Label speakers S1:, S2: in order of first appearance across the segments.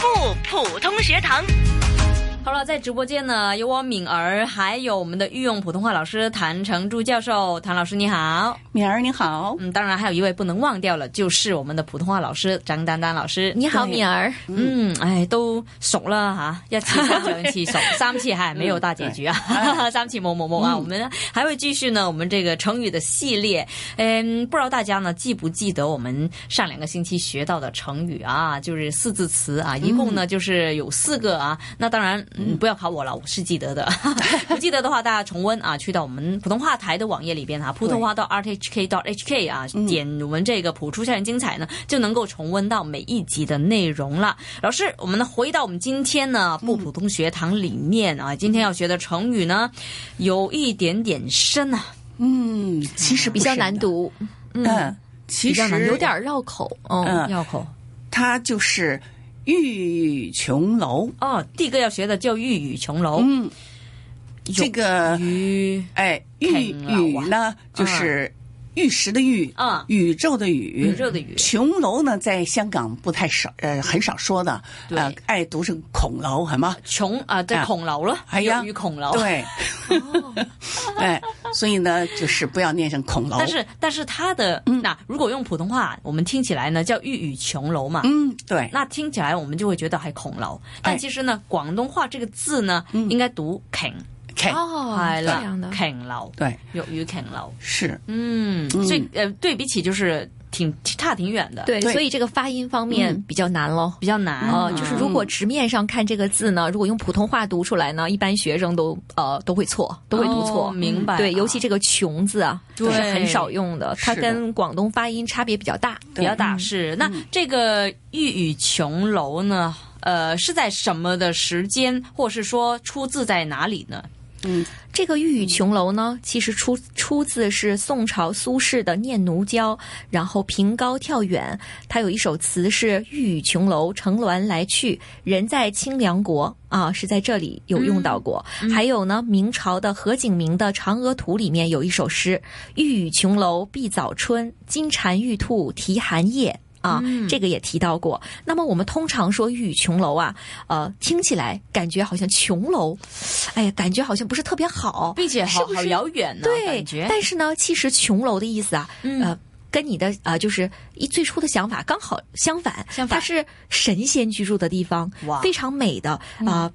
S1: 普通学堂。
S2: 好了，在直播间呢，有我敏儿，还有我们的御用普通话老师谭成珠教授。谭老师你好，
S3: 敏儿你好，
S2: 嗯，当然还有一位不能忘掉了，就是我们的普通话老师张丹丹老师。
S4: 你好，敏儿。
S2: 嗯，哎，都熟了哈、一次、三次、一次熟，三次还没有大结 局啊，三次某某某啊，我们还会继续呢，我们这个成语的系列。嗯，不知道大家呢记不记得我们上两个星期学到的成语啊，就是四字词啊，一共呢就是有四个啊。那当然，嗯，不要考我了，我是记得 的。不记得的话，大家重温啊，去到我们普通话台的网页里边哈、啊，普通话到 rthk dot hk 啊，
S3: 嗯
S2: 点我们这个“普出校园精彩”呢，就能够重温到每一集的内容了。老师，我们呢回到我们今天呢不普通学堂里面啊，今天要学的成语呢，有一点点深啊，
S3: 嗯，其实不
S4: 比较
S3: 是
S4: 难
S3: 的，
S4: 读，
S3: 嗯，其
S4: 比较难，
S3: 实
S4: 有点儿绕口。
S2: 嗯，
S3: 嗯
S2: 绕口
S3: 它就是玉宇琼楼，
S2: 哦。第一个要学的叫玉宇琼楼，
S3: 嗯，这个
S2: 玉
S3: 哎，玉
S2: 啃老
S3: 宇
S2: 啊
S3: 呢就是玉石的玉，
S2: 啊
S3: 宇宙的宇，
S2: 宇宙的宇
S3: 琼楼呢在香港不太少，呃，很少说的，
S2: 对
S3: 呃，爱读成孔楼，系嘛？
S2: 琼啊，这
S3: 啊
S2: 孔楼了，
S3: 哎呀
S2: 有玉孔楼。
S3: 对，哎，所以呢，就是不要念成孔楼，
S2: 但是，但是它的
S3: 嗯
S2: 那如果用普通话，我们听起来呢叫玉宇琼楼嘛，
S3: 嗯，对，
S2: 那听起来我们就会觉得还孔楼，但
S3: 哎
S2: 其实呢，广东话这个字呢应该读“啃”，
S3: OK，
S4: 嗯哦，
S2: 系
S4: 这
S2: 啦
S4: 样的，，
S2: 啃楼，
S3: 对，
S2: 粤语啃楼。
S3: 是，
S2: 嗯，所以呃，对比起就是挺差挺远的，，
S4: 对，
S3: 对
S4: 所以这个发音方面
S3: 嗯
S4: 比较难喽。
S2: 比较难
S4: 哦、
S2: 啊
S4: 就是如果直面上看这个字呢，如果用普通话读出来呢，一般学生都呃都会错，都会读错。
S2: 哦明白
S4: 对，
S2: 啊
S4: 尤其这个“穷”字啊，
S2: 对
S4: 是很少用的，它
S3: 是的
S4: 跟广东发音差别比较大。
S2: 比较大
S4: 嗯
S2: 是。那这个玉宇琼楼呢，呃，是在什么的时间，或是说出自在哪里呢？
S3: 嗯
S4: 这个玉宇琼楼呢，其实出出自是宋朝苏轼的《念奴娇》，然后凭高跳远，他有一首词是“玉宇琼楼，乘鸾来去，人在清凉国”啊，是在这里有用到过。还有呢，明朝的何景明的《嫦娥图》里面有一首诗：“玉宇琼楼碧早春，金蝉玉兔啼寒夜。”啊，这个也提到过。那么我们通常说“玉宇琼楼”啊，呃，听起来感觉好像琼楼，哎呀，感觉好像不是特别好。
S2: 并且好
S4: 是不是
S2: 好遥远呢，
S4: 对
S2: 感觉，
S4: 但是呢，其实琼楼的意思啊，
S2: 嗯
S4: 呃，跟你的呃，就是一最初的想法刚好相反，
S2: 相反
S4: 它是神仙居住的地方，
S2: 哇
S4: 非常美的啊。呃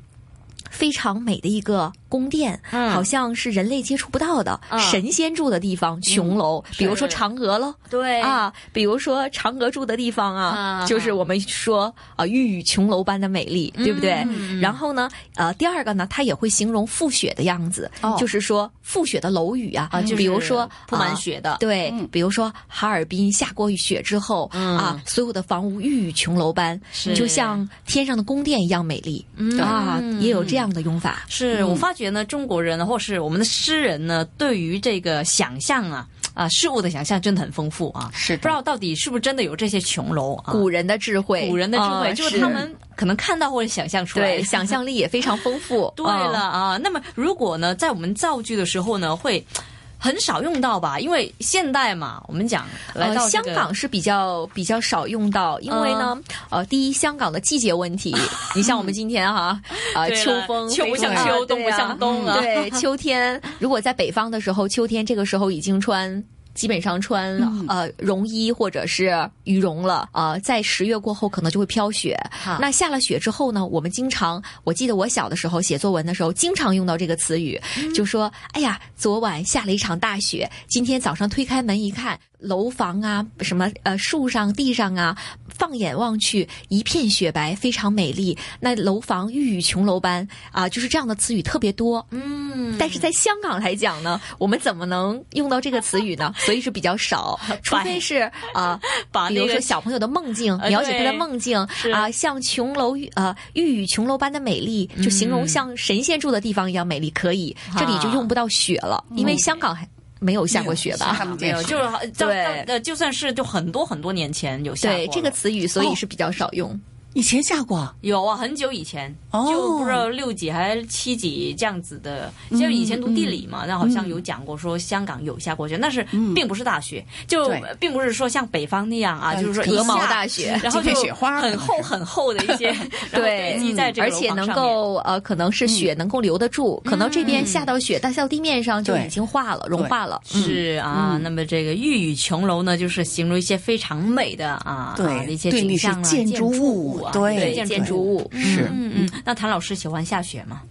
S4: 非常美的一个宫殿，
S2: 嗯
S4: 好像是人类接触不到的、
S2: 嗯
S4: 神仙住的地方，琼楼，比如说嫦娥喽，
S2: 对
S4: 啊，比如说嫦娥住的地方啊，
S2: 哎啊嗯
S4: 就是我们说啊，玉宇琼楼般的美丽，对不对？然后呢，呃，第二个呢，它也会形容覆雪的样子，
S2: 哦
S4: 就是说覆雪的楼宇啊，
S2: 啊，就是
S4: 比如说
S2: 铺满。
S4: 啊
S2: 雪的，
S4: 对，比如说哈尔滨下过雪之后、
S2: 嗯
S4: 啊，所有的房屋玉宇琼楼般
S2: 是，嗯
S4: 就像天上的宫殿一样美丽、啊，也有这样的用法。
S2: 是我发觉呢，中国人呢或是我们的诗人呢，对于这个想象啊啊事物的想象真的很丰富啊。
S3: 是
S2: 不知
S3: 的，
S2: 道到底是不是真的有这些琼楼啊？
S4: 古人的智慧，
S2: 古人的智慧，
S4: 啊
S2: 就是他们可能看到或者想象出来
S4: 对
S2: 的。
S4: 想象力也非常丰富。
S2: 对
S4: 啊
S2: 了啊，那么如果呢，在我们造句的时候呢，会很少用到吧？因为现代嘛，我们讲来到这
S4: 呃、香
S2: 个
S4: 港是比较比较少用到，因为呢，
S2: 啊
S4: 呃，第一，香港的季节问题，你像我们今 天哈，呃，
S2: 对
S4: 秋
S2: 了
S4: 风
S2: 秋不
S4: 非常
S2: 像秋
S4: 啊
S2: 冬不
S4: 对啊
S2: 像冬啊
S4: 嗯对，秋天如果在北方的时候，秋天这个时候已经穿。基本上穿呃绒衣或者是羽绒了，呃，在十月过后可能就会飘雪。
S2: 哈
S4: 那下了雪之后呢，我们经常，我记得我小的时候写作文的时候，经常用到这个词语，就说：“哎呀，昨晚下了一场大雪，今天早上推开门一看，楼房啊，什么呃树上、地上啊，放眼望去一片雪白，非常美丽。那楼房玉宇琼楼般啊，就是这样的词语特别多。
S2: 嗯，
S4: 但是在香港来讲呢，我们怎么能用到这个词语 呢？所以是比较少，除非是啊、
S2: 把
S4: 比
S2: 那
S4: 如
S2: 个
S4: 说小朋友的梦境，
S2: 呃
S4: 描写他的
S2: 对
S4: 梦境
S2: 是
S4: 啊，像琼楼玉呃玉宇琼楼般的美丽，就形
S2: 嗯
S4: 容像神仙住的地方一样美丽，可以。
S2: 啊
S4: 这里就用不到雪了，因为香港还没有下过雪吧？
S3: 他们
S2: 嗯没有，
S3: 这
S2: 就是好到到
S4: 对
S2: 呃，就算是就很多很多年前有下
S4: 对
S2: 过
S4: 这个
S2: 了哦
S4: 词语，所以是比较少用。
S3: 以前下过，
S2: 有啊，很久以前，
S3: 哦
S2: 就不知道六级还是七级这样子的。
S3: 嗯
S2: 就以前读地理嘛，那好像有讲过说香港有下过雪，但是并不是大雪，就
S3: 嗯对
S2: 并不是说像北方那样啊，
S3: 嗯
S2: 就是说
S4: 鹅
S2: 一
S4: 毛
S2: 下
S4: 大雪
S2: 然后
S3: 几
S2: 就
S3: 片雪花
S2: 很厚很厚的 一些，哦然后
S4: 对
S2: 堆
S3: 嗯
S2: 积在这个
S4: 而
S2: 楼
S4: 且
S2: 房
S4: 能
S2: 上面嗯
S4: 够呃，可能是雪能够留得住，可能这边下到雪，但下到地面上就
S3: 对
S4: 已经化了，融
S3: 对
S4: 化了。嗯
S2: 是啊，那么这个玉宇琼楼呢，就是形容一些非常美的啊，
S3: 对
S2: 啊一些
S3: 对
S2: 景
S3: 那是
S2: 象啊，
S3: 建筑
S2: 筑物
S3: 物
S2: 啊，
S3: 对
S2: 对
S4: 建筑物
S3: 是
S2: 嗯嗯，嗯那谭老师喜欢下雪吗？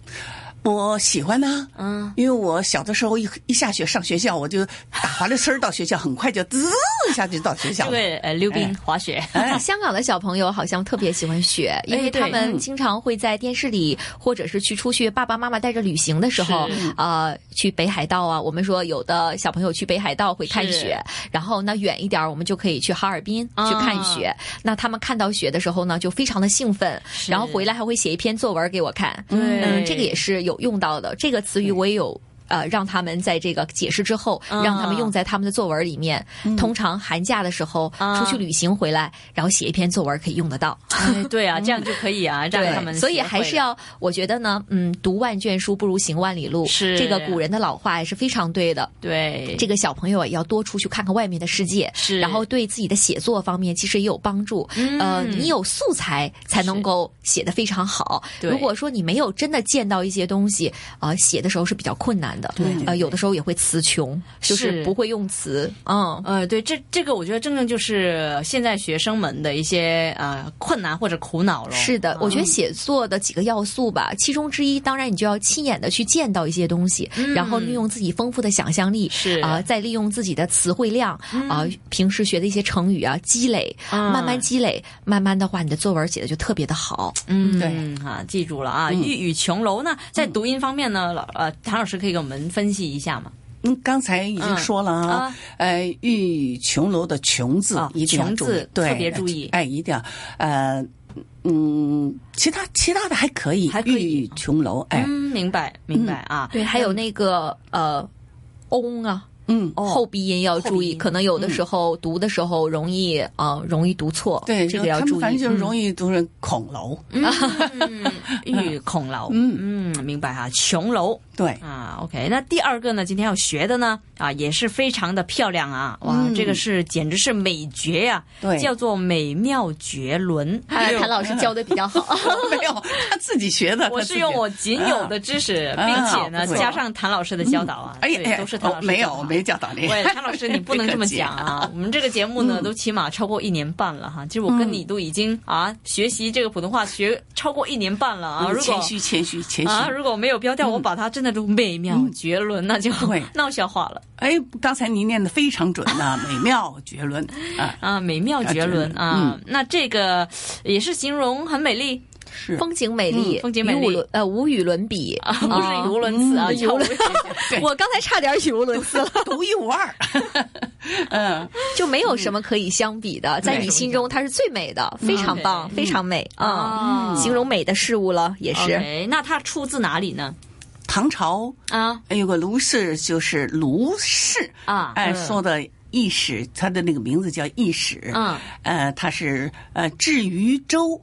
S3: 我喜欢呢、
S2: 嗯，
S3: 因为我小的时候一一下雪上学校，我就打滑溜丝儿到学校，很快就滋一下就到学校
S2: 这
S3: 了。
S2: 个呃，溜冰、滑雪，
S3: 哎，
S4: 香港的小朋友好像特别喜欢雪，因为
S2: 对
S4: 他们
S3: 嗯
S4: 经常会在电视里，或者是去出去爸爸妈妈带着旅行的时候
S2: 是，
S4: 呃，去北海道啊。我们说有的小朋友去北海道会看雪，然后呢远一点儿，我们就可以去哈尔滨
S2: 啊
S4: 去看雪。那他们看到雪的时候呢，就非常的兴奋，然后回来还会写一篇作文给我看。
S2: 对
S4: 嗯，这个也是有用到的。这个词语我也有。呃，让他们在这个解释之后，
S2: 嗯
S4: 让他们用在他们的作文里面。通常寒假的时候、
S2: 啊
S4: 出去旅行回来，然后写一篇作文可以用得到。
S2: 哎对啊，这样就可以啊，让他们
S4: 嗯所以
S2: 学会
S4: 还是
S2: 了
S4: 要，我觉得呢，嗯，读万卷书不如行万里路。
S2: 是
S4: 这个古人的老话也是非常对的。
S2: 对
S4: 这个小朋友啊，也要多出去看看外面的世界，
S2: 是嗯
S4: 然后对自己的写作方面其实也有帮助。呃，你有素材才能够写得非常好。
S2: 对
S4: 如果说你没有真的见到一些东西，呃，写的时候是比较困难的。
S3: 对对
S2: 嗯
S4: 呃，有的时候也会词穷，就是是不会用词。嗯，
S2: 呃，对，这这个我觉得正正就是现在学生们的一些呃困难或者苦恼了。
S4: 是的，我觉得写作的几个要素吧，其中之一当然你就要亲眼的去见到一些东西，然后运用自己丰富的想象力，
S2: 是
S4: 啊、再利用自己的词汇量啊、平时学的一些成语啊，积累，
S2: 啊
S4: 慢慢积累，慢慢的话，你的作文写的就特别的好。
S2: 嗯，
S3: 对
S2: 哈，记住了
S4: 嗯
S2: 啊，玉宇琼楼呢，在读音方面呢，老呃，谭老师可以给我们分析一下吗？
S3: 嗯，刚才已经说了
S2: 嗯
S3: 啊
S2: 啊，
S3: 呃，玉琼楼的琼字
S2: 啊
S3: 一定要
S2: 琼
S3: 注意
S2: 字，
S3: 对，
S2: 特别注意
S3: 哎，一定要，呃，嗯，其他其他的还可以
S2: 还，可以
S3: 玉琼楼，哎，
S2: 嗯，明白明白啊，
S4: 对，还有那个呃，翁啊。
S3: 嗯，
S2: 哦
S4: 后鼻音要注
S2: 后鼻
S4: 意，
S2: 音
S4: 可能有的时候读的时候容易呃容易读错，
S3: 对，
S4: 这个要
S3: 他们
S4: 注意。
S3: 反正就是
S4: 嗯
S3: 容易读成孔楼，
S2: 嗯，玉孔楼，嗯嗯，明白哈、琼楼
S3: 对，
S2: 啊，OK。那第二个呢，今天要学的呢，啊，也是非常的漂亮啊，哇，
S3: 嗯
S2: 这个是简直是美绝呀、
S3: 对
S2: 叫做美妙绝伦。
S4: 哎谭老师教的比较好。
S3: 没有他自己学的，
S2: 我
S3: 他自
S2: 是
S3: 己
S2: 用我仅有的知识，
S3: 啊
S2: 并且呢，
S3: 啊不错
S2: 加上谭老师的教导啊，
S3: 哎呀
S2: 对
S3: 哎呀，
S2: 都是谭老
S3: 哦
S2: 师
S3: 没
S2: 教
S3: 有
S2: 导啊
S3: 没教导你，
S2: 喂， 谭老师，你不能这么讲啊！我们这个节目
S3: 嗯
S2: 呢，都起码超过一年半了哈。其实我跟你都已经啊，学习这个普通话学超过一年半了啊。
S3: 啊，
S2: 如果
S3: 谦虚谦虚谦虚嗯
S2: 啊，，如果没有标调，我把它真的都美妙绝伦，那就
S3: 对
S2: 闹笑话了
S3: 哎，刚才您念的非常准 呐，美妙绝伦啊，
S2: 啊！美妙绝伦啊，那这个也是形容很美丽，
S3: 是
S4: 风景美丽，
S2: 嗯风景美丽
S4: 语无伦呃无与伦比啊
S2: 不是语无伦次啊，
S4: 嗯
S2: 叫我
S3: 对
S4: 我刚才差点语无伦次了，
S3: 独一无二，嗯，
S4: 就没有什么可以相比
S2: 嗯
S4: 的，在你心中它是最美的，非常棒，非常美啊！
S2: 啊
S4: 形容美的事物了，也是
S2: OK，那它出自哪里呢？
S3: 唐朝
S2: 啊
S3: 哎有个卢氏，就是卢氏
S2: 啊
S3: 哎
S2: 嗯
S3: 说的。易史，他的那个名字叫易史，
S2: 嗯，
S3: 呃，他是呃至于州，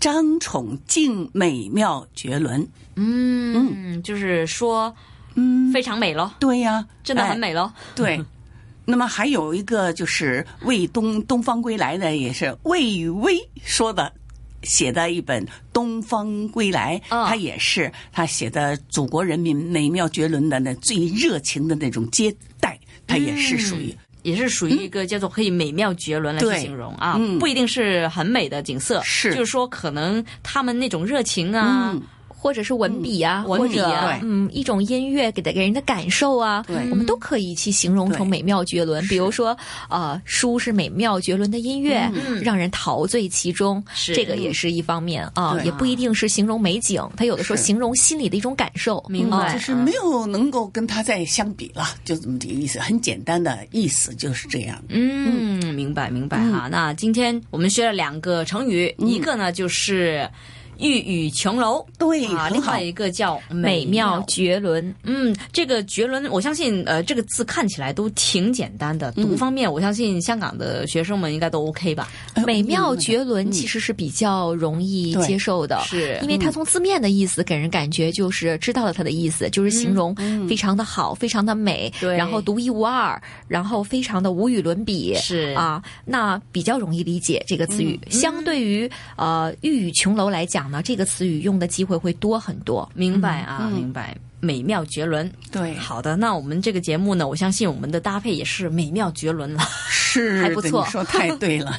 S3: 张宠敬美妙绝伦，
S2: 嗯，就是说
S3: 嗯，
S2: 非常美咯，
S3: 对呀、
S2: 真的
S3: 哎
S2: 很美咯。
S3: 对， 那么还有一个就是魏东东方归来的，也是魏雨薇说的。写的一本《东方归来》
S2: 嗯
S3: 他也是他写的祖国人民美妙绝伦的那最热情的那种接待，他也
S2: 嗯
S3: 是属于、
S2: 也是属于一个叫做可以美妙绝伦来去
S3: 对
S2: 形容啊，
S3: 嗯
S2: 不一定是很美的景色，
S3: 是
S2: 就是说可能他们那种热情啊，
S3: 嗯
S4: 或者是文笔啊，
S2: 嗯文笔啊
S4: 或
S3: 对
S4: 者嗯一种音乐给的给人的感受啊，
S3: 对
S4: 我们都可以去形容成美妙绝伦。比如说，呃，书是美妙绝伦的音乐，让人陶醉其中，
S2: 嗯是
S4: 这个也是一方面啊，
S3: 对
S4: 也不一定是形容美景，它有的时候
S3: 是
S4: 形容心里的一种感受。
S2: 明
S4: 啊
S2: 白
S3: 嗯就是没有能够跟他再相比了，就这么个意思，很简单的意思就是这样。
S2: 嗯，明白明白哈、那今天我们学了两个成语，一个呢就是。玉宇琼楼，
S3: 对，
S2: 啊，
S3: 很
S2: 另
S3: 好
S2: 外。一个叫
S4: 美妙
S2: 妙
S4: 绝伦，
S2: 嗯，这个绝伦，我相信呃，这个字看起来都挺简单的。读
S3: 嗯
S2: 方面，我相信香港的学生们应该都 OK 吧？
S3: 哎
S4: 美
S3: 我
S2: 嗯
S4: 妙
S3: 明白
S4: 绝伦其实是比较容易
S3: 对
S4: 接受的，
S2: 是嗯
S4: 因为它从字面的意思给人感觉就是知道了它的意思，就是形容非常的好，非常的美，
S2: 嗯对
S4: 然后独一无二，然后非常的无与伦比，
S2: 是嗯
S4: 啊，那比较容易理解这个词语。相对于呃玉宇琼楼来讲呢，这个词语用的机会会多很多。
S2: 明白啊，明白。美妙绝伦，
S3: 嗯 对
S2: 好的，那我们这个节目呢，我相信我们的搭配也是美妙绝伦 了。
S3: 是
S4: 还不
S3: 的
S4: 错
S3: 你说太对了。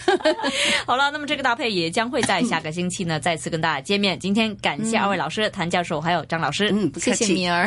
S2: 好了，那么这个搭配也将会在下个星期呢再次跟大家见面。今天感谢二位老师、谭教授还有张老师，
S3: 嗯，不客
S4: 谢
S3: 气。
S4: 谢敏儿。